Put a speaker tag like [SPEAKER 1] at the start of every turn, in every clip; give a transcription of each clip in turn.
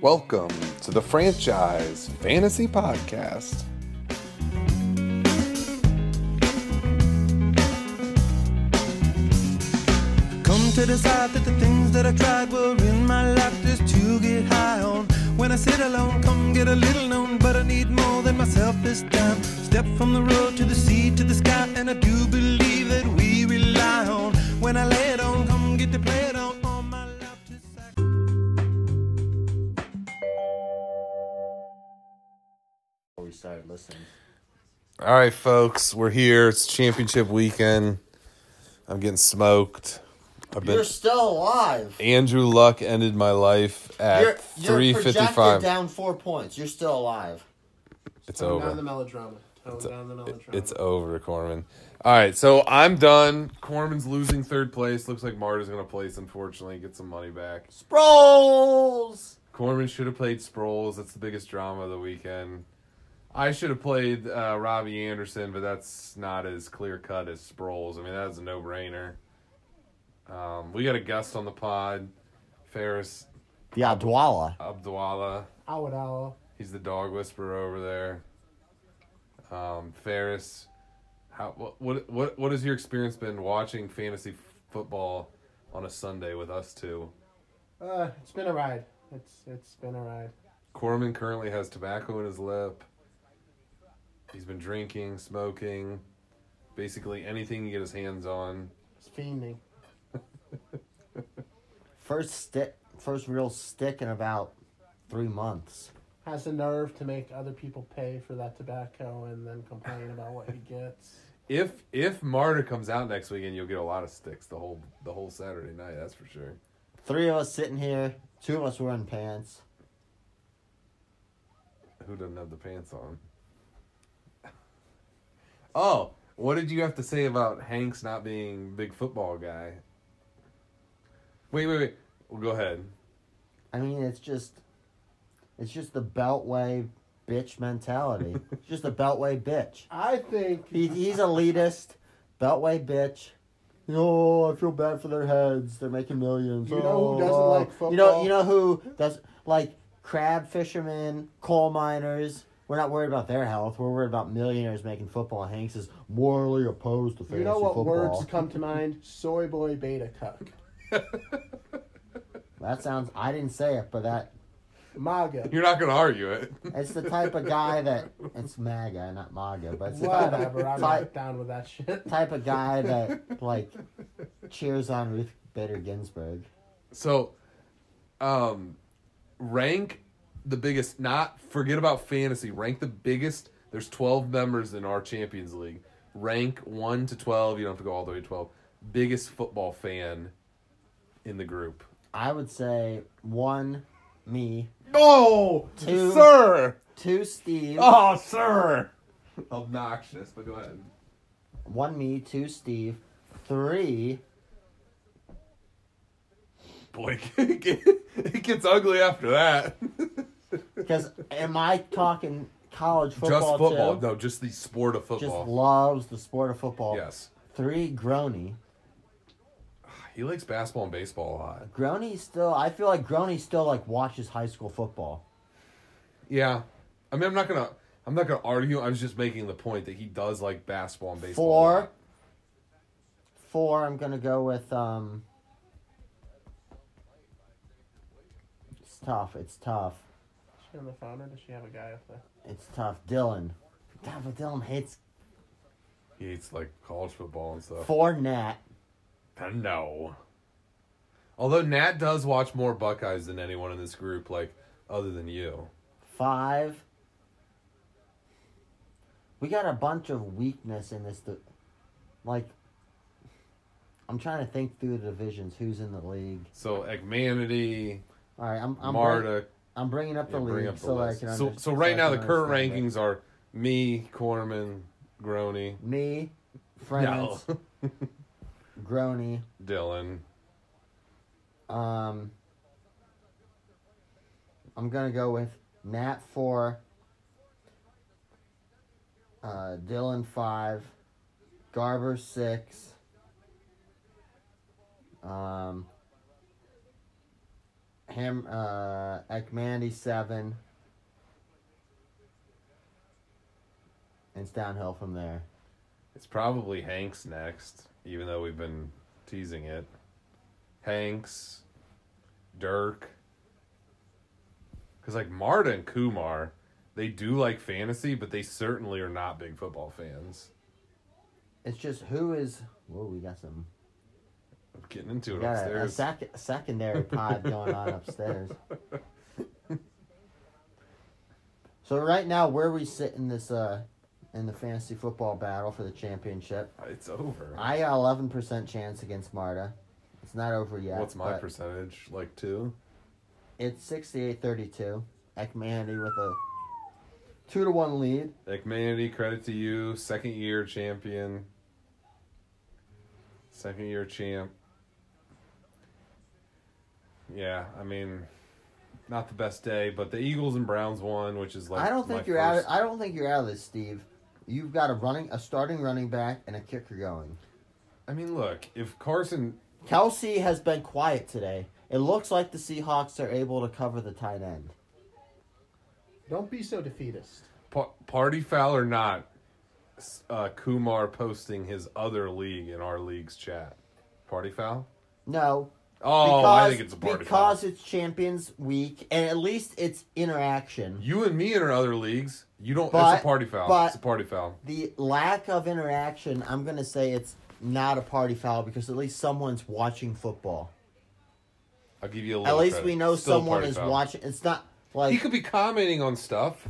[SPEAKER 1] Welcome to the Franchise Fantasy Podcast.
[SPEAKER 2] Come to decide that the things that I tried were in my life just to get high on. When I sit alone, come get a little known, but I need more than myself this time. Step from the road to the sea to the sky, and I do believe that we rely on. When I lay it on, come get to play it on. all my life just like-
[SPEAKER 3] we started listening.
[SPEAKER 1] All right, folks, we're here. It's championship weekend. I'm getting smoked. I've been
[SPEAKER 3] You're still alive.
[SPEAKER 1] Andrew Luck ended my life
[SPEAKER 3] You're,
[SPEAKER 1] at
[SPEAKER 3] you're projected
[SPEAKER 1] 355.
[SPEAKER 3] down four points. You're still alive.
[SPEAKER 1] It's
[SPEAKER 4] Tone
[SPEAKER 1] over.
[SPEAKER 4] down the melodrama. Tone down the melodrama.
[SPEAKER 1] It's over, Corman. All right, so I'm done. Corman's losing third place. Looks like Marta's going to place, unfortunately, get some money back.
[SPEAKER 3] Sproles.
[SPEAKER 1] Corman should have played Sproles. That's the biggest drama of the weekend. I should have played uh, Robbie Anderson, but that's not as clear cut as Sproles. I mean, that was a no brainer. Um, we got a guest on the pod, Ferris
[SPEAKER 3] Yeah, Dwala.
[SPEAKER 1] Abdwala.
[SPEAKER 4] Ow and ow.
[SPEAKER 1] He's the dog whisperer over there. Um, Ferris, how what- what what what has your experience been watching fantasy f- football on a Sunday with us two?
[SPEAKER 4] Uh, it's been a ride. It's it's been a ride.
[SPEAKER 1] Corman currently has tobacco in his lip. He's been drinking, smoking, basically anything he get his hands on.
[SPEAKER 4] It's fiending.
[SPEAKER 3] First stick. First real stick in about three months.
[SPEAKER 4] Has the nerve to make other people pay for that tobacco and then complain about what he gets.
[SPEAKER 1] If if Marta comes out next weekend, you'll get a lot of sticks the whole the whole Saturday night. That's for sure.
[SPEAKER 3] Three of us sitting here. Two of us wearing pants.
[SPEAKER 1] Who doesn't have the pants on? Oh, what did you have to say about Hanks not being big football guy? Wait, wait, wait. Well, go ahead.
[SPEAKER 3] I mean, it's just, it's just the beltway bitch mentality. It's just a beltway bitch.
[SPEAKER 4] I think
[SPEAKER 3] He, he's elitist, beltway bitch. Oh, I feel bad for their heads. They're making millions.
[SPEAKER 4] You know who doesn't
[SPEAKER 3] Oh.
[SPEAKER 4] like
[SPEAKER 3] You know,
[SPEAKER 4] football?
[SPEAKER 3] you know who does like crab fishermen, coal miners. We're not worried about their health. We're worried about millionaires making football. Hanks is morally opposed to fantasy
[SPEAKER 4] you know what
[SPEAKER 3] football.
[SPEAKER 4] words come to mind? Soy boy beta cuck.
[SPEAKER 3] That sounds. I didn't say it, but that
[SPEAKER 4] MAGA.
[SPEAKER 1] You're not going to argue it.
[SPEAKER 3] it's the type of guy that it's MAGA, not MAGA, but it's the type of,
[SPEAKER 4] Whatever. I'm
[SPEAKER 3] Ty-
[SPEAKER 4] not down with that shit.
[SPEAKER 3] type of guy that like cheers on Ruth Bader Ginsburg.
[SPEAKER 1] So, um, rank the biggest. Not forget about fantasy. Rank the biggest. There's 12 members in our Champions League. Rank one to 12. You don't have to go all the way to 12. Biggest football fan in the group.
[SPEAKER 3] I would say one, me,
[SPEAKER 1] No, Oh,
[SPEAKER 3] Two.
[SPEAKER 1] sir.
[SPEAKER 3] two, Steve,
[SPEAKER 1] Oh, sir. Obnoxious, but go ahead.
[SPEAKER 3] one, me, two, Steve, three.
[SPEAKER 1] Boy, it get- it gets ugly after that.
[SPEAKER 3] Because am I talking college football?
[SPEAKER 1] just football.
[SPEAKER 3] too?
[SPEAKER 1] No, just the sport of
[SPEAKER 3] Just
[SPEAKER 1] football.
[SPEAKER 3] loves the sport of football.
[SPEAKER 1] yes.
[SPEAKER 3] Three, Grony.
[SPEAKER 1] He likes basketball and baseball a lot.
[SPEAKER 3] Grony still. I feel like Grony still like watches high school football.
[SPEAKER 1] Yeah, I mean, I'm not gonna, I'm not gonna argue. I was just making the point that he does like basketball and baseball. a
[SPEAKER 3] Four.
[SPEAKER 1] lot.
[SPEAKER 3] Four. I'm gonna go with um. It's tough. It's tough.
[SPEAKER 4] Is she on the phone or does she have a guy up there?
[SPEAKER 3] It's tough. Dylan. God, but Dylan hates
[SPEAKER 1] He hates like college football and stuff.
[SPEAKER 3] four Nat.
[SPEAKER 1] No. Although Nat does watch more Buckeyes than anyone in this group, like other than you.
[SPEAKER 3] Five. We got a bunch of weakness in this. Di- like, I'm trying to think through the divisions. Who's in the league?
[SPEAKER 1] So Ekmanity,
[SPEAKER 3] All right, I'm I'm,
[SPEAKER 1] Marta,
[SPEAKER 3] bring- I'm bringing up
[SPEAKER 1] yeah,
[SPEAKER 3] the league
[SPEAKER 1] bring up the
[SPEAKER 3] so that I
[SPEAKER 1] list.
[SPEAKER 3] can.
[SPEAKER 1] so,
[SPEAKER 3] under-
[SPEAKER 1] so
[SPEAKER 3] I
[SPEAKER 1] right now the
[SPEAKER 3] can
[SPEAKER 1] current
[SPEAKER 3] understand
[SPEAKER 1] rankings are me, Corman, Grony,
[SPEAKER 3] it. Me, friends,
[SPEAKER 1] No.
[SPEAKER 3] Grony.
[SPEAKER 1] Dylan.
[SPEAKER 3] Um, I'm gonna go with Nat four. Uh, Dylan five, Garber six. Um, Ham uh Ekmandy seven. And it's downhill from there.
[SPEAKER 1] It's probably Hanks next, even though we've been teasing it. Hanks, Dirk. Because, like, Marta and Kumar, they do like fantasy, but they certainly are not big football fans.
[SPEAKER 3] It's just who is whoa, we got some
[SPEAKER 1] I'm getting into
[SPEAKER 3] we
[SPEAKER 1] it
[SPEAKER 3] got a, a
[SPEAKER 1] upstairs.
[SPEAKER 3] sec- secondary pod going on upstairs. So right now where we sit in this uh in the fantasy football battle for the championship.
[SPEAKER 1] it's over.
[SPEAKER 3] I got eleven percent chance against Marta. It's not over yet.
[SPEAKER 1] What's my
[SPEAKER 3] but-
[SPEAKER 1] percentage? Like, two?
[SPEAKER 3] It's 68-32. Ekmandy with a two to one lead.
[SPEAKER 1] Ekmanity, credit to you. Second year champion. Second year champ. Yeah, I mean, not the best day, but the Eagles and Browns won, which is like
[SPEAKER 3] I don't
[SPEAKER 1] my
[SPEAKER 3] think you're
[SPEAKER 1] first-
[SPEAKER 3] out. Of, I don't think you're out of this, Steve. You've got a running, a starting running back, and a kicker going.
[SPEAKER 1] I mean, look, if Carson,
[SPEAKER 3] Kelsey has been quiet today. It looks like the Seahawks are able to cover the tight end.
[SPEAKER 4] Don't be so defeatist.
[SPEAKER 1] pa- party foul or not, s- uh, Kumar posting his other league in our league's chat. Party foul?
[SPEAKER 3] No,
[SPEAKER 1] Oh, I think it's a party foul.
[SPEAKER 3] because it's Champions Week, and at least it's interaction.
[SPEAKER 1] You and me in our other leagues, you don't.
[SPEAKER 3] But-
[SPEAKER 1] it's a party foul.
[SPEAKER 3] but-
[SPEAKER 1] it's a party foul.
[SPEAKER 3] The lack of interaction, I'm gonna say it's not a party foul because at least someone's watching football.
[SPEAKER 1] I'll give you a little
[SPEAKER 3] At least
[SPEAKER 1] credit.
[SPEAKER 3] we know
[SPEAKER 1] Still a
[SPEAKER 3] someone
[SPEAKER 1] party
[SPEAKER 3] is
[SPEAKER 1] foul.
[SPEAKER 3] watching. It's not
[SPEAKER 1] He
[SPEAKER 3] like
[SPEAKER 1] could be commenting on stuff.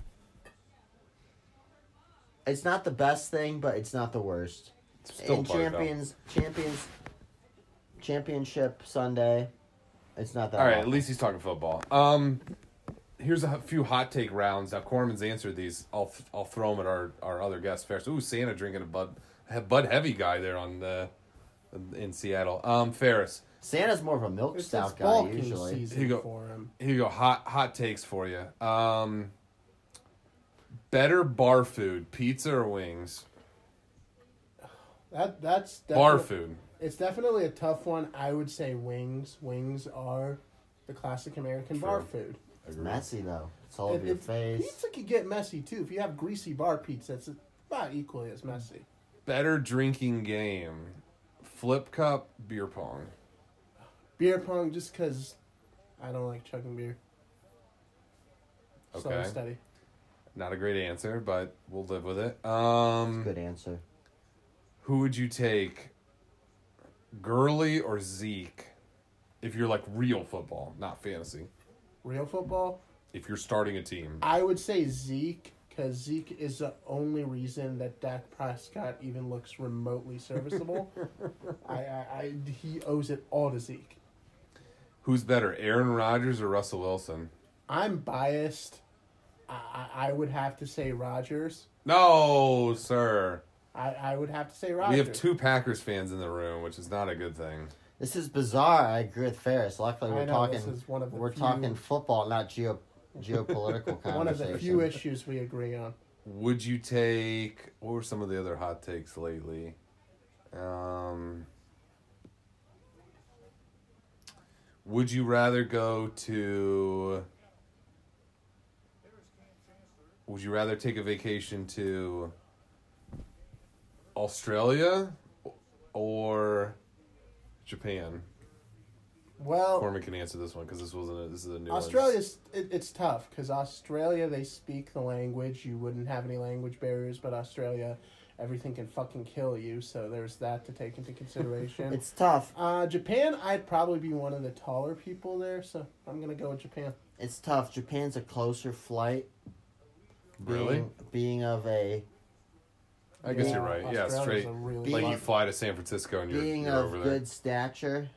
[SPEAKER 3] it's not the best thing, but it's not the worst.
[SPEAKER 1] It's still
[SPEAKER 3] In
[SPEAKER 1] a party foul.
[SPEAKER 3] champions, champions, championship Sunday, it's not that.
[SPEAKER 1] All right, at
[SPEAKER 3] awful.
[SPEAKER 1] least he's talking football. Um, here's a h- few hot take rounds. Now Corman's answered these. I'll th- I'll throw them at our, our other guests first. Ooh, Santa drinking a Bud he- Bud Heavy guy there on the in Seattle. Um, Ferris.
[SPEAKER 3] Santa's more of a milk
[SPEAKER 4] It's, it's
[SPEAKER 3] stout guy
[SPEAKER 4] bulking
[SPEAKER 3] usually.
[SPEAKER 1] Here
[SPEAKER 4] season
[SPEAKER 1] you go.
[SPEAKER 4] for him.
[SPEAKER 1] Here you go. Hot hot takes for you. Um, better bar food, pizza or wings?
[SPEAKER 4] That that's
[SPEAKER 1] Bar
[SPEAKER 4] definite-
[SPEAKER 1] food.
[SPEAKER 4] It's definitely a tough one. I would say wings. Wings are the classic American bar food.
[SPEAKER 3] It's messy though. It's all
[SPEAKER 4] If-
[SPEAKER 3] over your
[SPEAKER 4] if-
[SPEAKER 3] face.
[SPEAKER 4] Pizza could get messy too. If you have greasy bar pizza, it's about equally as messy.
[SPEAKER 1] Better drinking game, flip cup, beer pong.
[SPEAKER 4] Beer pong, just because I don't like chugging beer. Slow and
[SPEAKER 1] Okay.
[SPEAKER 4] steady.
[SPEAKER 1] Not a great answer, but we'll live with it. Um,
[SPEAKER 3] Good answer.
[SPEAKER 1] Who would you take, Gurley or Zeke, if you're like real football, not fantasy?
[SPEAKER 4] Real football,
[SPEAKER 1] If you're starting a team,
[SPEAKER 4] I would say Zeke because Zeke is the only reason that Dak Prescott even looks remotely serviceable. I, I, I, he owes it all to Zeke.
[SPEAKER 1] who's better, Aaron Rodgers or Russell Wilson?
[SPEAKER 4] I'm biased. I, I, I would have to say Rodgers.
[SPEAKER 1] No, sir.
[SPEAKER 4] I, I would have to say
[SPEAKER 1] We
[SPEAKER 4] Rodgers.
[SPEAKER 1] have two Packers fans in the room, which is not a good thing.
[SPEAKER 3] This is bizarre. I agree with Ferris. Luckily,
[SPEAKER 4] I
[SPEAKER 3] we're
[SPEAKER 4] know,
[SPEAKER 3] talking.
[SPEAKER 4] this is one of the
[SPEAKER 3] we're
[SPEAKER 4] few-
[SPEAKER 3] talking football, not geo geopolitical conversation.
[SPEAKER 4] One of the few issues we agree on.
[SPEAKER 1] Would you take? What were some of the other hot takes lately? Um, would you rather go to? Would you rather take a vacation to Australia or Japan?
[SPEAKER 4] Well,
[SPEAKER 1] Corman can answer this one because this wasn't. A, this is a new. one.
[SPEAKER 4] Australia's it, it's tough because Australia they speak the language. You wouldn't have any language barriers, but Australia, everything can fucking kill you. So there's that to take into consideration.
[SPEAKER 3] It's tough.
[SPEAKER 4] uh, Japan, I'd probably be one of the taller people there, so I'm gonna go with Japan.
[SPEAKER 3] It's tough. Japan's a closer flight. Being,
[SPEAKER 1] Really?
[SPEAKER 3] Being of a
[SPEAKER 1] I guess
[SPEAKER 4] Yeah,
[SPEAKER 1] you're right. Yeah,
[SPEAKER 4] Australia's
[SPEAKER 1] straight.
[SPEAKER 4] a really
[SPEAKER 1] Like
[SPEAKER 4] fun-
[SPEAKER 1] you fly to San Francisco and you're,
[SPEAKER 3] being
[SPEAKER 1] you're
[SPEAKER 3] of
[SPEAKER 1] over there.
[SPEAKER 3] good stature,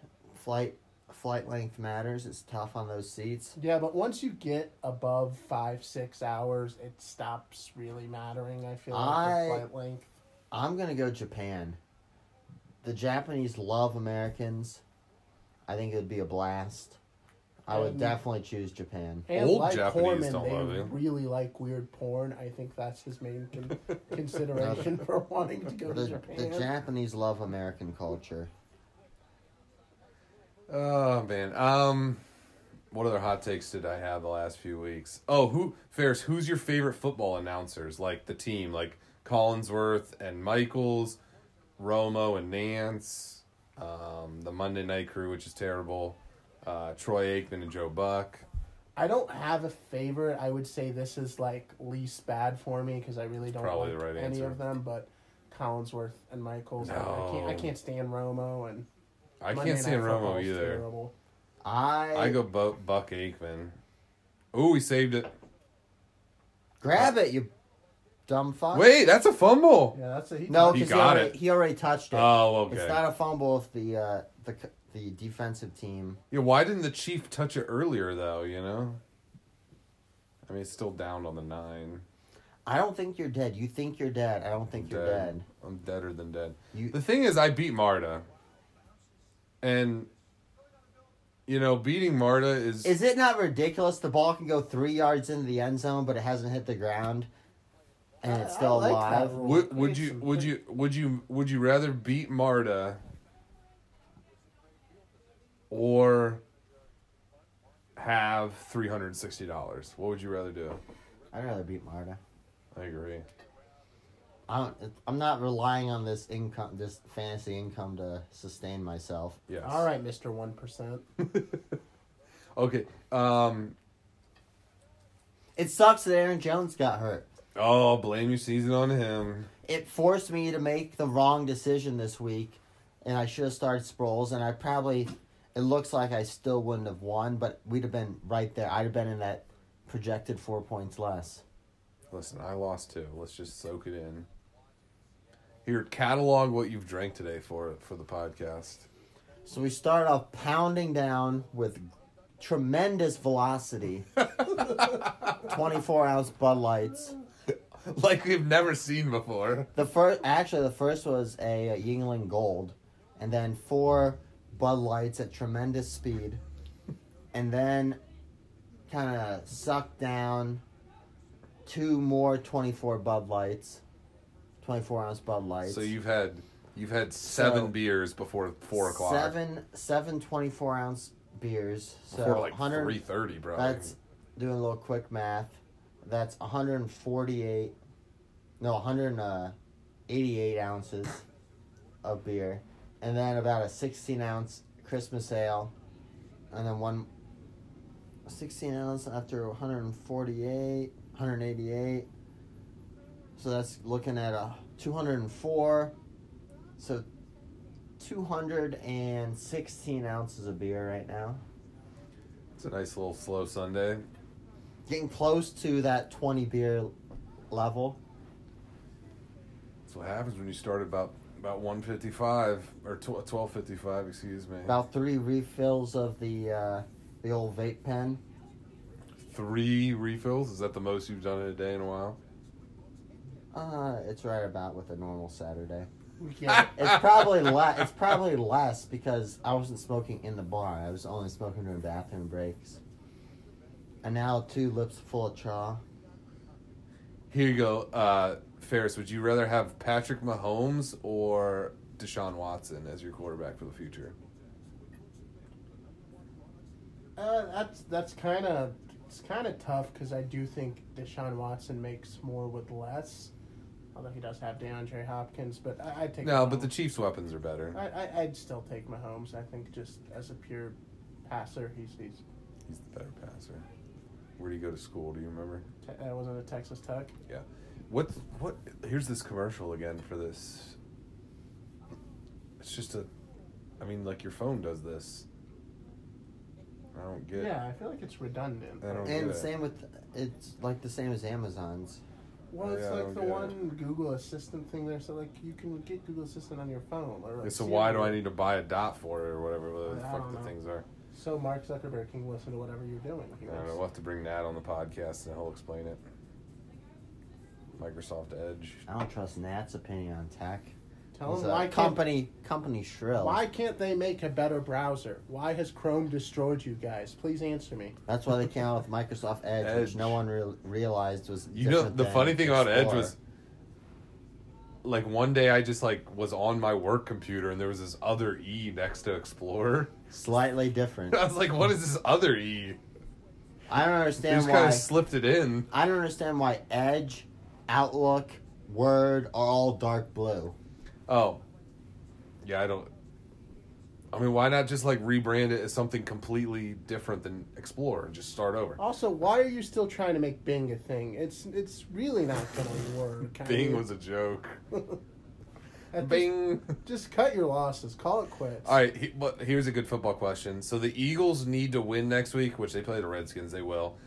[SPEAKER 3] flight flight length matters. It's tough on those seats.
[SPEAKER 4] Yeah, but once you get above five, six hours, it stops really mattering. I feel like
[SPEAKER 3] I-
[SPEAKER 4] the flight length.
[SPEAKER 3] I'm gonna go Japan. The Japanese love Americans. I think it would be a blast. I would
[SPEAKER 4] And-
[SPEAKER 3] definitely choose Japan.
[SPEAKER 4] And
[SPEAKER 1] Old
[SPEAKER 4] like
[SPEAKER 1] Japanese
[SPEAKER 4] Corman,
[SPEAKER 1] don't
[SPEAKER 4] they
[SPEAKER 1] love it.
[SPEAKER 4] really like weird porn. I think that's his main con- consideration for wanting to go to
[SPEAKER 3] The,
[SPEAKER 4] Japan.
[SPEAKER 3] the Japanese love American culture.
[SPEAKER 1] Oh man. Um what other hot takes did I have the last few weeks? Oh, who Ferris? Who's your favorite football announcers? Like the team, like Collinsworth and Michaels, Romo and Nance, um, the Monday Night Crew, which is terrible. Uh, Troy Aikman and Joe Buck.
[SPEAKER 4] I don't have a favorite. I would say this is like least bad for me because I really don't
[SPEAKER 1] Probably
[SPEAKER 4] like
[SPEAKER 1] the right
[SPEAKER 4] any
[SPEAKER 1] answer.
[SPEAKER 4] of them. But Collinsworth and Michaels, I- I can't. I
[SPEAKER 1] No.
[SPEAKER 4] can't stand Romo and
[SPEAKER 1] I
[SPEAKER 4] Monday
[SPEAKER 1] can't
[SPEAKER 4] Night
[SPEAKER 1] stand
[SPEAKER 4] Football
[SPEAKER 1] Romo
[SPEAKER 4] is
[SPEAKER 1] either.
[SPEAKER 4] terrible.
[SPEAKER 3] I,
[SPEAKER 1] I go Bu- Buck Aikman. Oh, he saved it.
[SPEAKER 3] grab it, you dumb fuck.
[SPEAKER 1] Wait, that's a fumble.
[SPEAKER 4] Yeah, that's a he
[SPEAKER 3] no,
[SPEAKER 1] He
[SPEAKER 3] because he,
[SPEAKER 1] got
[SPEAKER 3] already-
[SPEAKER 1] it.
[SPEAKER 3] he already touched it.
[SPEAKER 1] Oh, okay.
[SPEAKER 3] It's not a fumble if the uh, the c- the defensive team.
[SPEAKER 1] Yeah, why didn't the Chief touch it earlier though? You know, I mean, it's still down on the nine.
[SPEAKER 3] I don't think you're dead. You think you're dead. I don't think you're dead.
[SPEAKER 1] I'm deader than dead.
[SPEAKER 3] You-
[SPEAKER 1] the thing is, I beat Marta, and you know, beating Marta is,
[SPEAKER 3] Is it not ridiculous? The ball can go three yards into the end zone, but it hasn't hit the ground, and it's
[SPEAKER 4] I- I
[SPEAKER 3] still
[SPEAKER 4] like that
[SPEAKER 3] alive.
[SPEAKER 4] rule.
[SPEAKER 1] Would, would
[SPEAKER 4] It's
[SPEAKER 1] you
[SPEAKER 4] some
[SPEAKER 1] would
[SPEAKER 4] good-
[SPEAKER 1] you would you would you rather beat Marta or have three hundred and sixty dollars? What would you rather do?
[SPEAKER 3] I'd rather beat Marta.
[SPEAKER 1] I agree.
[SPEAKER 3] I don't, it- I'm not relying on this income, this fantasy income, to sustain myself.
[SPEAKER 1] Yes.
[SPEAKER 4] All right, Mister One Percent.
[SPEAKER 1] Okay. Um.
[SPEAKER 3] It sucks that Aaron Jones got hurt.
[SPEAKER 1] Oh, blame your season on him.
[SPEAKER 3] It forced me to make the wrong decision this week, and I should have started Sproles, and I probably. It looks like I still wouldn't have won, but we'd have been right there. I'd have been in that projected four points less.
[SPEAKER 1] Listen, I lost too. Let's just soak it in. Here, catalog what you've drank today for for the podcast.
[SPEAKER 3] So we start off pounding down with tremendous velocity. 24 ounce Bud Lights.
[SPEAKER 1] Like we've never seen before.
[SPEAKER 3] The first, actually, the first was a, uh Yingling Gold, and then four Bud Lights at tremendous speed, and then kind of sucked down two more 24 Bud Lights, 24 ounce Bud Lights.
[SPEAKER 1] So you've had you've had seven
[SPEAKER 3] So-
[SPEAKER 1] beers before four o'clock.
[SPEAKER 3] Seven, seven 24 ounce beers. So
[SPEAKER 1] before like
[SPEAKER 3] 100
[SPEAKER 1] three thirty, bro.
[SPEAKER 3] That's doing a little quick math. That's 148, no, 188 uh, ounces of beer, and then about a 16 ounce Christmas ale, and then one 16 ounce after 148, 188. So that's looking at a 204. So 216 ounces of beer right now.
[SPEAKER 1] it's a nice little slow Sunday.
[SPEAKER 3] getting close to that 20 beer level.
[SPEAKER 1] That's what happens when you start about about one fifty five or twelve fifty five. Excuse me.
[SPEAKER 3] About three refills of the uh, the old vape pen.
[SPEAKER 1] three refills. Is that the most you've done in a day in a while?
[SPEAKER 3] Uh, it's right about with a normal Saturday.
[SPEAKER 4] Yeah,
[SPEAKER 3] It's probably le- It's probably less because I wasn't smoking in the bar. I was only smoking during bathroom breaks. And now two lips full of chaw.
[SPEAKER 1] Here you go, uh, Ferris. Would you rather have Patrick Mahomes or Deshaun Watson as your quarterback for the future?
[SPEAKER 4] uh, that's that's kind of it's kind of tough because I do think Deshaun Watson makes more with less, although he does have DeAndre Hopkins. But I, I'd take
[SPEAKER 1] No, but
[SPEAKER 4] Mahomes.
[SPEAKER 1] the Chiefs' weapons are better.
[SPEAKER 4] I, I I'd still take Mahomes. I think just as a pure passer, he's he's
[SPEAKER 1] He's the better passer. Where do you go to school? Do you remember?
[SPEAKER 4] te- uh, that wasn't a Texas Tech.
[SPEAKER 1] Yeah. What? What? Here's this commercial again for this. It's just a. I mean, like your phone does this. I don't get.
[SPEAKER 4] Yeah, I feel like it's redundant.
[SPEAKER 1] I don't get
[SPEAKER 3] And
[SPEAKER 1] it.
[SPEAKER 3] same with it's like the same as Amazon's.
[SPEAKER 4] Well, it's
[SPEAKER 1] Yeah, I
[SPEAKER 4] like
[SPEAKER 1] don't
[SPEAKER 4] the
[SPEAKER 1] get it.
[SPEAKER 4] one Google Assistant thing there. So like you can get Google Assistant on your phone or. Like
[SPEAKER 1] so why do I
[SPEAKER 4] Siri.
[SPEAKER 1] need to buy a dot for it or whatever? Whatever the
[SPEAKER 4] I
[SPEAKER 1] fuck
[SPEAKER 4] don't
[SPEAKER 1] the
[SPEAKER 4] know.
[SPEAKER 1] things are.
[SPEAKER 4] So Mark Zuckerberg can listen to whatever you're doing. He
[SPEAKER 1] I don't
[SPEAKER 4] wants-
[SPEAKER 1] know. Uh, We'll have to bring that on the podcast and he'll explain it. Microsoft Edge.
[SPEAKER 3] I don't trust Nat's opinion on tech.
[SPEAKER 4] Tell
[SPEAKER 3] He's
[SPEAKER 4] him
[SPEAKER 3] a
[SPEAKER 4] why company.
[SPEAKER 3] company company shrill.
[SPEAKER 4] Why can't they make a better browser? Why has Chrome destroyed you guys? Please answer me.
[SPEAKER 3] That's why they came out with Microsoft Edge, which
[SPEAKER 1] Edge.
[SPEAKER 3] no one real realized was.
[SPEAKER 1] You know
[SPEAKER 3] different
[SPEAKER 1] the
[SPEAKER 3] than
[SPEAKER 1] funny thing about Edge
[SPEAKER 3] Explorer.
[SPEAKER 1] was like one day I just like was on my work computer and there was this other E next to Explorer.
[SPEAKER 3] Slightly different.
[SPEAKER 1] I was like, what is this other E?
[SPEAKER 3] I don't
[SPEAKER 1] They
[SPEAKER 3] understand
[SPEAKER 1] just kind
[SPEAKER 3] why.
[SPEAKER 1] of slipped it in.
[SPEAKER 3] I don't understand why Edge, Outlook, Word are all dark blue.
[SPEAKER 1] Oh, yeah, I don't. I mean, why not just like rebrand it as something completely different than Explorer and just start over?
[SPEAKER 3] Oh,
[SPEAKER 4] Also, why are you still trying to make Bing a thing? It's it's really not gonna work. I
[SPEAKER 1] Bing
[SPEAKER 4] mean,
[SPEAKER 1] was a joke.
[SPEAKER 4] at this-
[SPEAKER 1] Bing.
[SPEAKER 4] Just cut your losses. Call it quits.
[SPEAKER 1] All right, he, but here's a good football question. So the Eagles need to win next week, which they play the Redskins. They will,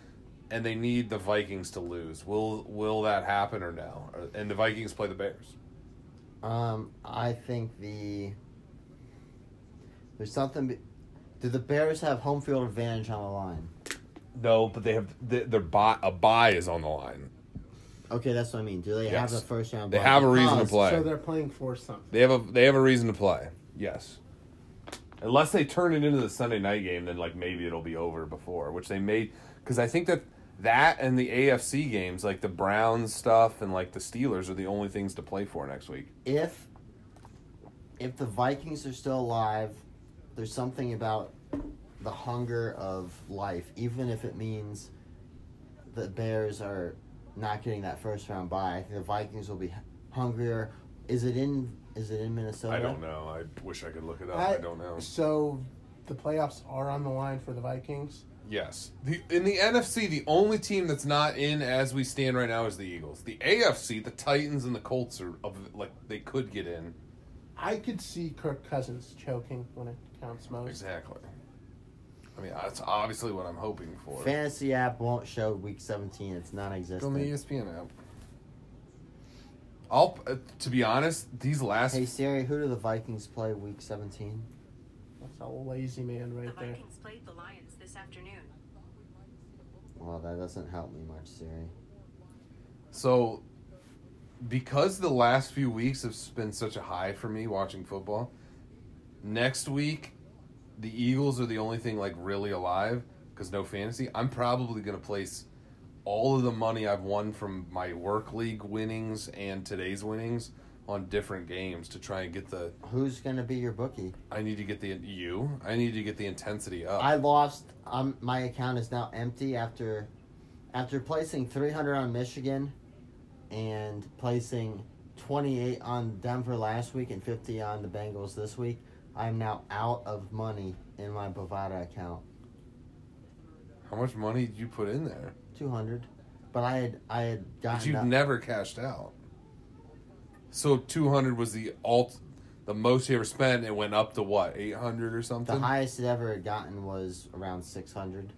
[SPEAKER 1] and they need the Vikings to lose. Will will that happen or no? Or- And the Vikings play the Bears.
[SPEAKER 3] Um, I think the there's something. Be, do the Bears have home field advantage on the line?
[SPEAKER 1] No, but they have th- their buy a buy is on the line.
[SPEAKER 3] Okay, that's what I mean. Do they have
[SPEAKER 1] Yes.
[SPEAKER 3] the first round?
[SPEAKER 1] They
[SPEAKER 3] bye?
[SPEAKER 1] have a reason to
[SPEAKER 3] Because-
[SPEAKER 1] play.
[SPEAKER 4] So they're playing for something.
[SPEAKER 1] They have a they have a reason to play. Yes. Unless they turn it into the Sunday night game, then like maybe it'll be over before, which they may because I think that that and the AFC games, like the Browns stuff and like the Steelers, are the only things to play for next week.
[SPEAKER 3] If if the Vikings are still alive, there's something about the hunger of life, even if it means the Bears are not getting that first round bye. I think the Vikings will be hungrier. Is it in? Is it in Minnesota?
[SPEAKER 1] I don't know. I wish I could look it up. I, don't know.
[SPEAKER 4] So the playoffs are on the line for the Vikings.
[SPEAKER 1] Yes, the, in the NFC, the only team that's not in as we stand right now is the Eagles. The AFC, the Titans and the Colts are of like they could get in.
[SPEAKER 4] I could see Kirk Cousins choking when it counts most.
[SPEAKER 1] Exactly. I mean, that's obviously what I'm hoping for.
[SPEAKER 3] Fantasy app won't show week 17. It's
[SPEAKER 1] on the E
[SPEAKER 3] non-existent.
[SPEAKER 1] ESPN app. I'll uh, to be honest, these last
[SPEAKER 3] Hey Siri, who do the Vikings play week 17?
[SPEAKER 4] That's a lazy man
[SPEAKER 5] The
[SPEAKER 4] right there.
[SPEAKER 5] Vikings played the Lions this afternoon.
[SPEAKER 3] Well, that doesn't help me much, Siri.
[SPEAKER 1] so because the last few weeks have been such a high for me watching football. Next week, the Eagles are the only thing like really alive because no fantasy. I'm probably gonna place all of the money I've won from my work league winnings and today's winnings on different games to try and get the.
[SPEAKER 3] Who's gonna be your bookie?
[SPEAKER 1] I need to get the you. I need to get the intensity up.
[SPEAKER 3] I lost. Um, my account is now empty after, after placing 300 on Michigan, and placing 28 on Denver last week and 50 on the Bengals this week. I'm now out of money in my Bovada account,
[SPEAKER 1] How much money did you put in there?
[SPEAKER 3] 200. But I had I had
[SPEAKER 1] But
[SPEAKER 3] gotten
[SPEAKER 1] you've
[SPEAKER 3] up-
[SPEAKER 1] never cashed out. So two hundred was the alt, the most you ever spent. It went up to what eight hundred or
[SPEAKER 3] the
[SPEAKER 1] something.
[SPEAKER 3] highest it ever had gotten was around 600.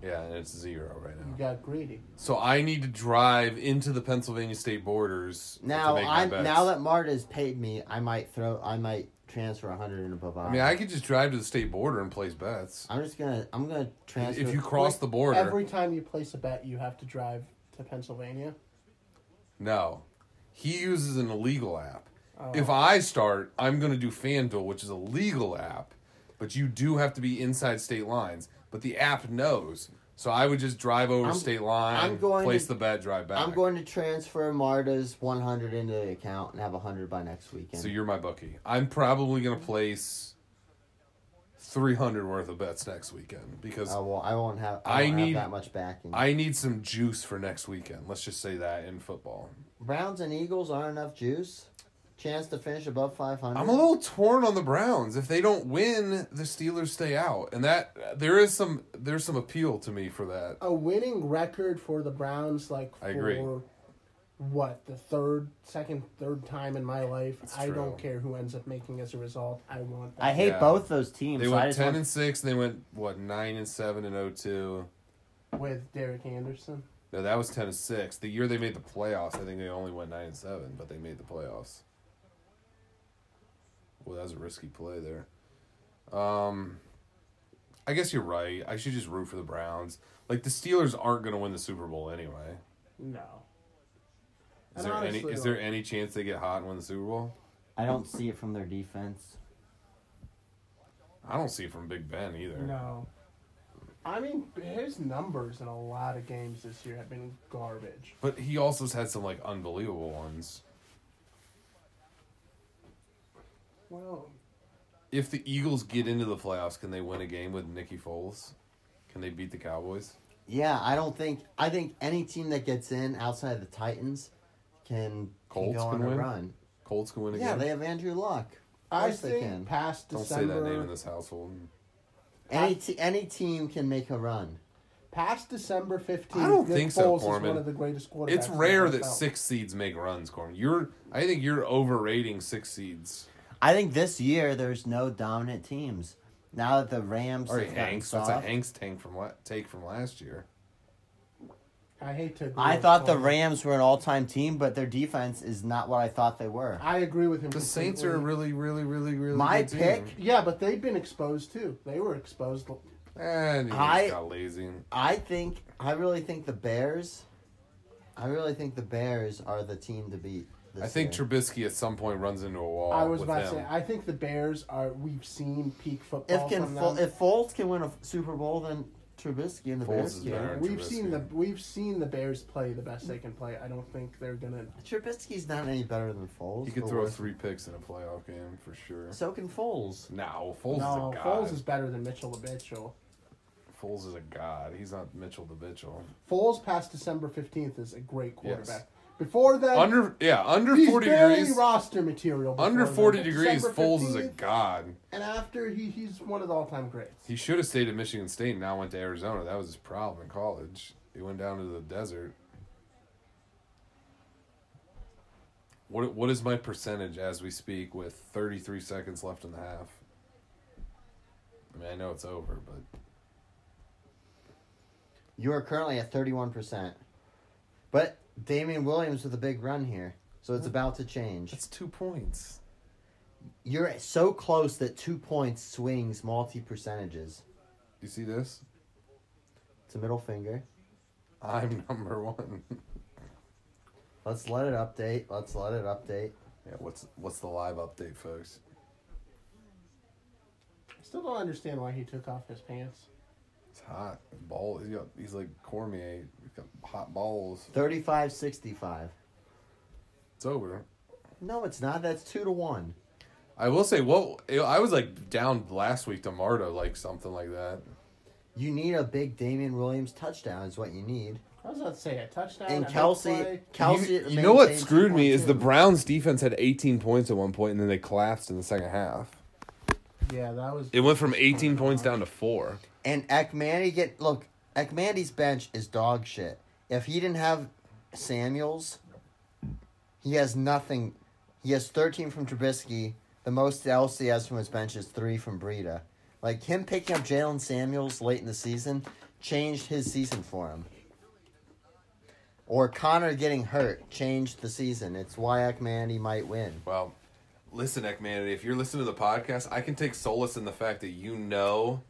[SPEAKER 1] yeah, and it's zero right
[SPEAKER 4] You
[SPEAKER 1] now.
[SPEAKER 4] got greedy.
[SPEAKER 1] So I need to drive into the Pennsylvania state borders
[SPEAKER 3] Now
[SPEAKER 1] To make my
[SPEAKER 3] I'm
[SPEAKER 1] bets.
[SPEAKER 3] now that Mart has paid me, I might throw I might transfer 100 into Bovada.
[SPEAKER 1] I mean, I could just drive to the state border and place bets.
[SPEAKER 3] I'm just gonna I'm gonna transfer.
[SPEAKER 1] If you cross the border,
[SPEAKER 4] Every time you place a bet, you have to drive to Pennsylvania.
[SPEAKER 1] no, he uses an illegal app.
[SPEAKER 3] Oh.
[SPEAKER 1] If I start, I'm going to do FanDuel, which is a legal app, but you do have to be inside state lines. But the app knows, so I would just drive over
[SPEAKER 3] I'm-
[SPEAKER 1] state line,
[SPEAKER 3] I'm going
[SPEAKER 1] place
[SPEAKER 3] to-
[SPEAKER 1] the bet, drive back.
[SPEAKER 3] I'm going to transfer Marta's 100 into the account and have 100 by next weekend.
[SPEAKER 1] So you're my bookie. I'm probably going to place 300 worth of bets next weekend because
[SPEAKER 3] Oh, well, I won't have.
[SPEAKER 1] I
[SPEAKER 3] I, won't
[SPEAKER 1] need-
[SPEAKER 3] have that much backing.
[SPEAKER 1] I need some juice for next weekend. Let's just say that in football.
[SPEAKER 3] Browns and Eagles aren't enough juice. Chance to finish above 500.
[SPEAKER 1] I'm a little torn on the Browns. If they don't win, the Steelers stay out, and that there is some there's some appeal to me for that.
[SPEAKER 4] A winning record for the Browns, like for
[SPEAKER 1] I agree.
[SPEAKER 4] what the third, second, third time in my life.
[SPEAKER 1] It's
[SPEAKER 4] I
[SPEAKER 1] true.
[SPEAKER 4] don't care who ends up making as a result. I want. That.
[SPEAKER 3] I hate
[SPEAKER 1] Yeah.
[SPEAKER 3] both those teams.
[SPEAKER 1] They
[SPEAKER 3] so I
[SPEAKER 1] went
[SPEAKER 3] just
[SPEAKER 1] ten
[SPEAKER 3] want-
[SPEAKER 1] and six, and they went what nine and seven and oh two.
[SPEAKER 4] with Derek Anderson.
[SPEAKER 1] No, that was ten and six. The year they made the playoffs, I think they only went nine and seven, but they made the playoffs. Well, that was a risky play there. Um, I guess you're right. I should just root for the Browns. Like the Steelers aren't going to win the Super Bowl anyway.
[SPEAKER 4] No.
[SPEAKER 1] Is
[SPEAKER 4] And
[SPEAKER 1] there any
[SPEAKER 4] honestly,
[SPEAKER 1] is there any chance they get hot and win the Super Bowl?
[SPEAKER 3] I don't see it from their defense.
[SPEAKER 1] I don't see it from Big Ben either.
[SPEAKER 4] No. I mean, his numbers in a lot of games this year have been garbage.
[SPEAKER 1] But he also's had some like unbelievable ones.
[SPEAKER 4] Well,
[SPEAKER 1] If the Eagles get into the playoffs, can they win a game with Nicky Foles? Can they beat the Cowboys?
[SPEAKER 3] Yeah, I don't think I think any team that gets in outside of the Titans can, can
[SPEAKER 1] Colts
[SPEAKER 3] go on
[SPEAKER 1] can
[SPEAKER 3] a
[SPEAKER 1] win?
[SPEAKER 3] run.
[SPEAKER 1] Colts can win a
[SPEAKER 3] Yeah,
[SPEAKER 1] game.
[SPEAKER 3] they have Andrew Luck. Of
[SPEAKER 4] I
[SPEAKER 3] course they
[SPEAKER 4] think
[SPEAKER 3] can.
[SPEAKER 4] past
[SPEAKER 1] Don't
[SPEAKER 4] December,
[SPEAKER 1] say that name in this household.
[SPEAKER 3] Any te- any team can make a run.
[SPEAKER 4] past December fifteenth,
[SPEAKER 1] I don't
[SPEAKER 4] Nick
[SPEAKER 1] think
[SPEAKER 4] Foles
[SPEAKER 1] so,
[SPEAKER 4] is
[SPEAKER 1] Corman.
[SPEAKER 4] one of the greatest quarterbacks.
[SPEAKER 1] It's
[SPEAKER 4] in the
[SPEAKER 1] rare
[SPEAKER 4] NFL.
[SPEAKER 1] that six seeds make runs, Corn. You're, I think you're overrating six seeds.
[SPEAKER 3] I think this year there's no dominant teams. Now that the Rams
[SPEAKER 1] All right,
[SPEAKER 3] have gotten
[SPEAKER 1] Hanks. That's a
[SPEAKER 3] soft,
[SPEAKER 1] Hanks tank from la- take from last year.
[SPEAKER 4] I hate to. agree
[SPEAKER 3] I
[SPEAKER 4] with
[SPEAKER 3] thought the
[SPEAKER 4] Corman.
[SPEAKER 3] Rams were an all-time team, but their defense is not what I thought they were.
[SPEAKER 4] I agree with him.
[SPEAKER 1] The Saints are a
[SPEAKER 4] completely.
[SPEAKER 1] really, really, really, really.
[SPEAKER 3] My
[SPEAKER 1] good
[SPEAKER 3] pick,
[SPEAKER 1] Team.
[SPEAKER 4] Yeah, but they've been exposed too. They were exposed.
[SPEAKER 1] And he
[SPEAKER 3] I-
[SPEAKER 1] got lazy.
[SPEAKER 3] I think, I really think the Bears. I really think the Bears are the team to beat. This
[SPEAKER 1] I think
[SPEAKER 3] year.
[SPEAKER 1] Trubisky at some point runs into a wall.
[SPEAKER 4] I was
[SPEAKER 1] Oh, with
[SPEAKER 4] about
[SPEAKER 1] him.
[SPEAKER 4] to say. I think the Bears are. We've seen peak football
[SPEAKER 3] if can
[SPEAKER 4] from
[SPEAKER 3] Fol-
[SPEAKER 4] them.
[SPEAKER 3] if Foles can win a Super Bowl, then Trubisky and the
[SPEAKER 1] Foles
[SPEAKER 3] Bears
[SPEAKER 1] is
[SPEAKER 3] can.
[SPEAKER 1] better.
[SPEAKER 4] we've
[SPEAKER 1] Trubisky.
[SPEAKER 4] seen the we've seen the Bears play the best they can play. I don't think they're gonna.
[SPEAKER 3] Trubisky's not any better than Foles.
[SPEAKER 1] he could
[SPEAKER 3] but
[SPEAKER 1] throw
[SPEAKER 3] worse.
[SPEAKER 1] three picks in a playoff game for sure.
[SPEAKER 3] So can Foles.
[SPEAKER 1] No, Foles
[SPEAKER 4] no,
[SPEAKER 1] is a god.
[SPEAKER 4] Foles is better than Mitchell to Mitchell.
[SPEAKER 1] Foles is a god. He's not Mitchell the Mitchell.
[SPEAKER 4] Foles past December fifteenth is a great quarterback.
[SPEAKER 1] Yes.
[SPEAKER 4] Before that,
[SPEAKER 1] Under yeah, under
[SPEAKER 4] Uh, he's
[SPEAKER 1] forty
[SPEAKER 4] barely
[SPEAKER 1] degrees.
[SPEAKER 4] roster material. before
[SPEAKER 1] Under
[SPEAKER 4] then.
[SPEAKER 1] forty degrees,
[SPEAKER 4] December
[SPEAKER 1] Foles is a
[SPEAKER 4] 15th,
[SPEAKER 1] god.
[SPEAKER 4] And after he he's one of the all time greats.
[SPEAKER 1] He should have stayed at Michigan State and now went to Arizona. That was his problem in college. He went down to the desert. What what is my percentage as we speak with thirty three seconds left in the half? I mean I know it's over, but
[SPEAKER 3] You are currently at thirty-one percent, but Damian Williams with a big run here, so it's about to change.
[SPEAKER 1] that's two points.
[SPEAKER 3] You're so close that two points swings multi percentages.
[SPEAKER 1] You see this?
[SPEAKER 3] It's a middle finger.
[SPEAKER 1] I'm number one.
[SPEAKER 3] Let's let it update. Let's let it update.
[SPEAKER 1] yeah, what's what's the live update, folks?
[SPEAKER 4] I still don't understand why he took off his pants.
[SPEAKER 1] It's hot. Ball. He's, got, he's like Cormier. He's got hot balls.
[SPEAKER 3] 35 65.
[SPEAKER 1] It's over.
[SPEAKER 3] No, it's not. That's two to one.
[SPEAKER 1] I will say, what I was like down last week to Marta, like something like that.
[SPEAKER 3] You need a big Damian Williams touchdown, is what you need.
[SPEAKER 4] I was about to say a touchdown. a
[SPEAKER 3] And
[SPEAKER 4] big
[SPEAKER 3] Kelsey,
[SPEAKER 4] play.
[SPEAKER 3] Kelsey.
[SPEAKER 1] you, you
[SPEAKER 3] maintains
[SPEAKER 1] know what screwed me is the
[SPEAKER 3] 2.2.
[SPEAKER 1] Browns defense had 18 points at one point, and then they collapsed in the second half.
[SPEAKER 4] Yeah, that was.
[SPEAKER 1] It went from 18 points down to four.
[SPEAKER 3] And Ekmandy get look, Ekmandy's bench is dog shit. If he didn't have Samuels, he has nothing. He has thirteen from Trubisky. The most else he has from his bench is three from Breida. Like him picking up Jalen Samuels late in the season changed his season for him. Or Connor getting hurt changed the season. It's why Ekmandy might win.
[SPEAKER 1] Well, listen, Ekmanity, if you're listening to the podcast, I can take solace in the fact that you know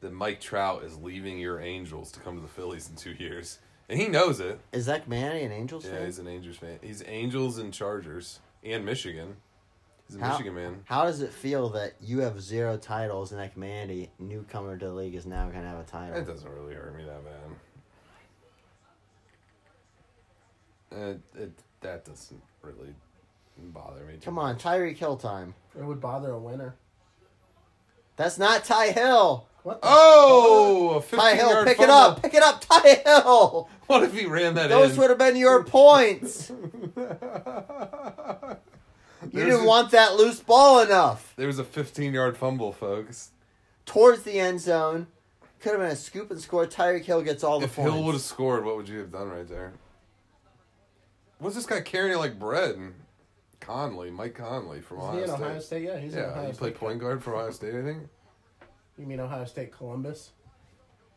[SPEAKER 1] that Mike Trout is leaving your Angels to come to the Phillies in two years, and he knows it.
[SPEAKER 3] Is Ekmandy an Angels
[SPEAKER 1] Yeah,
[SPEAKER 3] fan?
[SPEAKER 1] he's an Angels fan. He's Angels and Chargers and Michigan. He's a
[SPEAKER 3] How-
[SPEAKER 1] Michigan man.
[SPEAKER 3] How does it feel that you have zero titles and Ekmandy, newcomer to the league, is now going to have a
[SPEAKER 1] It
[SPEAKER 3] title?
[SPEAKER 1] doesn't really hurt me that bad. It, it, that doesn't really bother me. too
[SPEAKER 3] Come on,
[SPEAKER 1] much.
[SPEAKER 3] Tyree Hill time.
[SPEAKER 4] It would bother a winner.
[SPEAKER 3] That's not Ty Hill.
[SPEAKER 4] What? The
[SPEAKER 1] Oh, a 15
[SPEAKER 3] Ty Hill,
[SPEAKER 1] yard
[SPEAKER 3] pick it
[SPEAKER 1] fumble.
[SPEAKER 3] up. Pick it up, Ty Hill.
[SPEAKER 1] What if he ran that
[SPEAKER 3] Those
[SPEAKER 1] in?
[SPEAKER 3] would have been your points. you didn't
[SPEAKER 1] a-
[SPEAKER 3] want that loose ball enough.
[SPEAKER 1] There was a 15 yard fumble, folks.
[SPEAKER 3] Towards the end zone. Could have been a scoop and score. Tyreek Hill gets all the
[SPEAKER 1] If
[SPEAKER 3] points.
[SPEAKER 1] Hill would have scored, what would you have done right there? What's this guy carrying like bread? Conley, Mike Conley from
[SPEAKER 4] Is he
[SPEAKER 1] Ohio
[SPEAKER 4] in
[SPEAKER 1] State.
[SPEAKER 4] Ohio State? Yeah, he's in
[SPEAKER 1] Yeah,
[SPEAKER 4] Ohio
[SPEAKER 1] he
[SPEAKER 4] State.
[SPEAKER 1] played point guard for Ohio State, I think.
[SPEAKER 4] You mean Ohio State Columbus?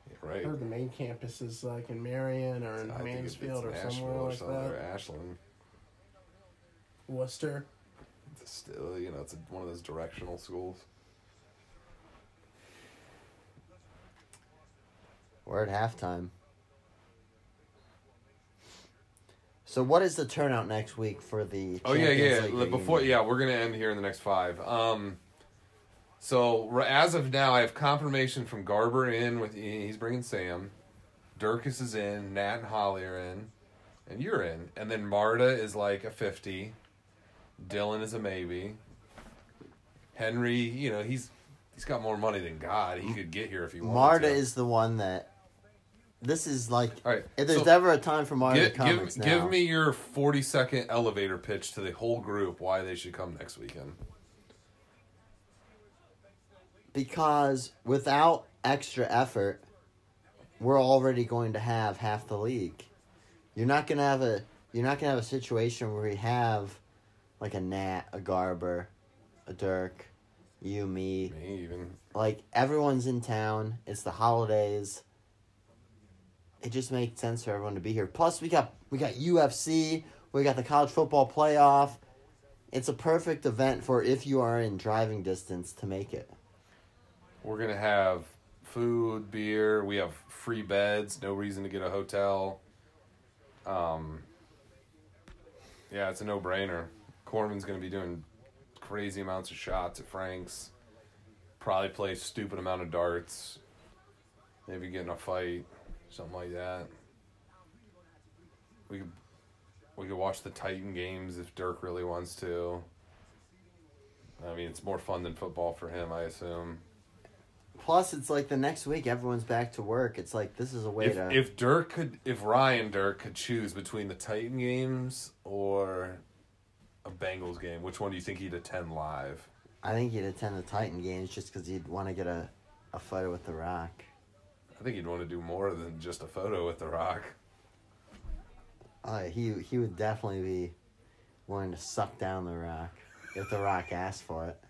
[SPEAKER 1] Yeah,
[SPEAKER 4] I
[SPEAKER 1] right.
[SPEAKER 4] heard the main campus is like in Marion or in
[SPEAKER 1] I think it's
[SPEAKER 4] Mansfield or
[SPEAKER 1] Nashville
[SPEAKER 4] somewhere like
[SPEAKER 1] something, Or
[SPEAKER 4] that.
[SPEAKER 1] Ashland.
[SPEAKER 4] Worcester.
[SPEAKER 1] It's Still, you know, it's a, one of those directional schools.
[SPEAKER 3] We're at halftime. So what is the turnout next week for the?
[SPEAKER 1] Oh yeah,
[SPEAKER 3] Champions
[SPEAKER 1] yeah.
[SPEAKER 3] League
[SPEAKER 1] yeah. Before,
[SPEAKER 3] reunion?
[SPEAKER 1] yeah, we're gonna end here in the next five. Um, so r- as of now, I have confirmation from Garber in with he's bringing Sam, Durkis is in, Nat and Holly are in, and you're in, and then Marta is like a fifty, Dylan is a maybe, Henry, you know, he's he's got more money than God. He could get here if he wanted
[SPEAKER 3] Marta
[SPEAKER 1] to.
[SPEAKER 3] is the one that. This is like.
[SPEAKER 1] All right,
[SPEAKER 3] If there's
[SPEAKER 1] so-
[SPEAKER 3] ever a time for Marta
[SPEAKER 1] Give,
[SPEAKER 3] to
[SPEAKER 1] give-
[SPEAKER 3] come, it's
[SPEAKER 1] give,
[SPEAKER 3] now.
[SPEAKER 1] me your 40 second elevator pitch to the whole group why they should come next weekend.
[SPEAKER 3] Because without extra effort, we're already going to have half the league. You're not gonna have a you're not gonna have a situation where we have like a Nat, a Garber, a Dirk, you, me.
[SPEAKER 1] Me even.
[SPEAKER 3] Like everyone's in town. It's the holidays. It just makes sense for everyone to be here. Plus we got we got UFC, we got the college football playoff. It's a perfect event for if you are in driving distance to make it.
[SPEAKER 1] We're gonna have food, beer. We have free beds. No reason to get a hotel. Um. Yeah, it's a no brainer. Corman's gonna be doing crazy amounts of shots at Frank's. Probably play a stupid amount of darts. Maybe get in a fight, something like that. We could, we could watch the Titan games if Dirk really wants to. I mean, it's more fun than football for him, I assume.
[SPEAKER 3] Plus, it's like the next week, everyone's back to work. It's like this is a way
[SPEAKER 1] If,
[SPEAKER 3] to.
[SPEAKER 1] if Dirk could, if Ryan Dirk could choose between the Titan games or a Bengals game, which one do you think he'd attend live?
[SPEAKER 3] I think he'd attend the Titan games just because he'd want to get a, a photo with The Rock.
[SPEAKER 1] I think he'd want to do more than just a photo with The Rock.
[SPEAKER 3] Uh, he he would definitely be willing to suck down The Rock if The Rock asked for it.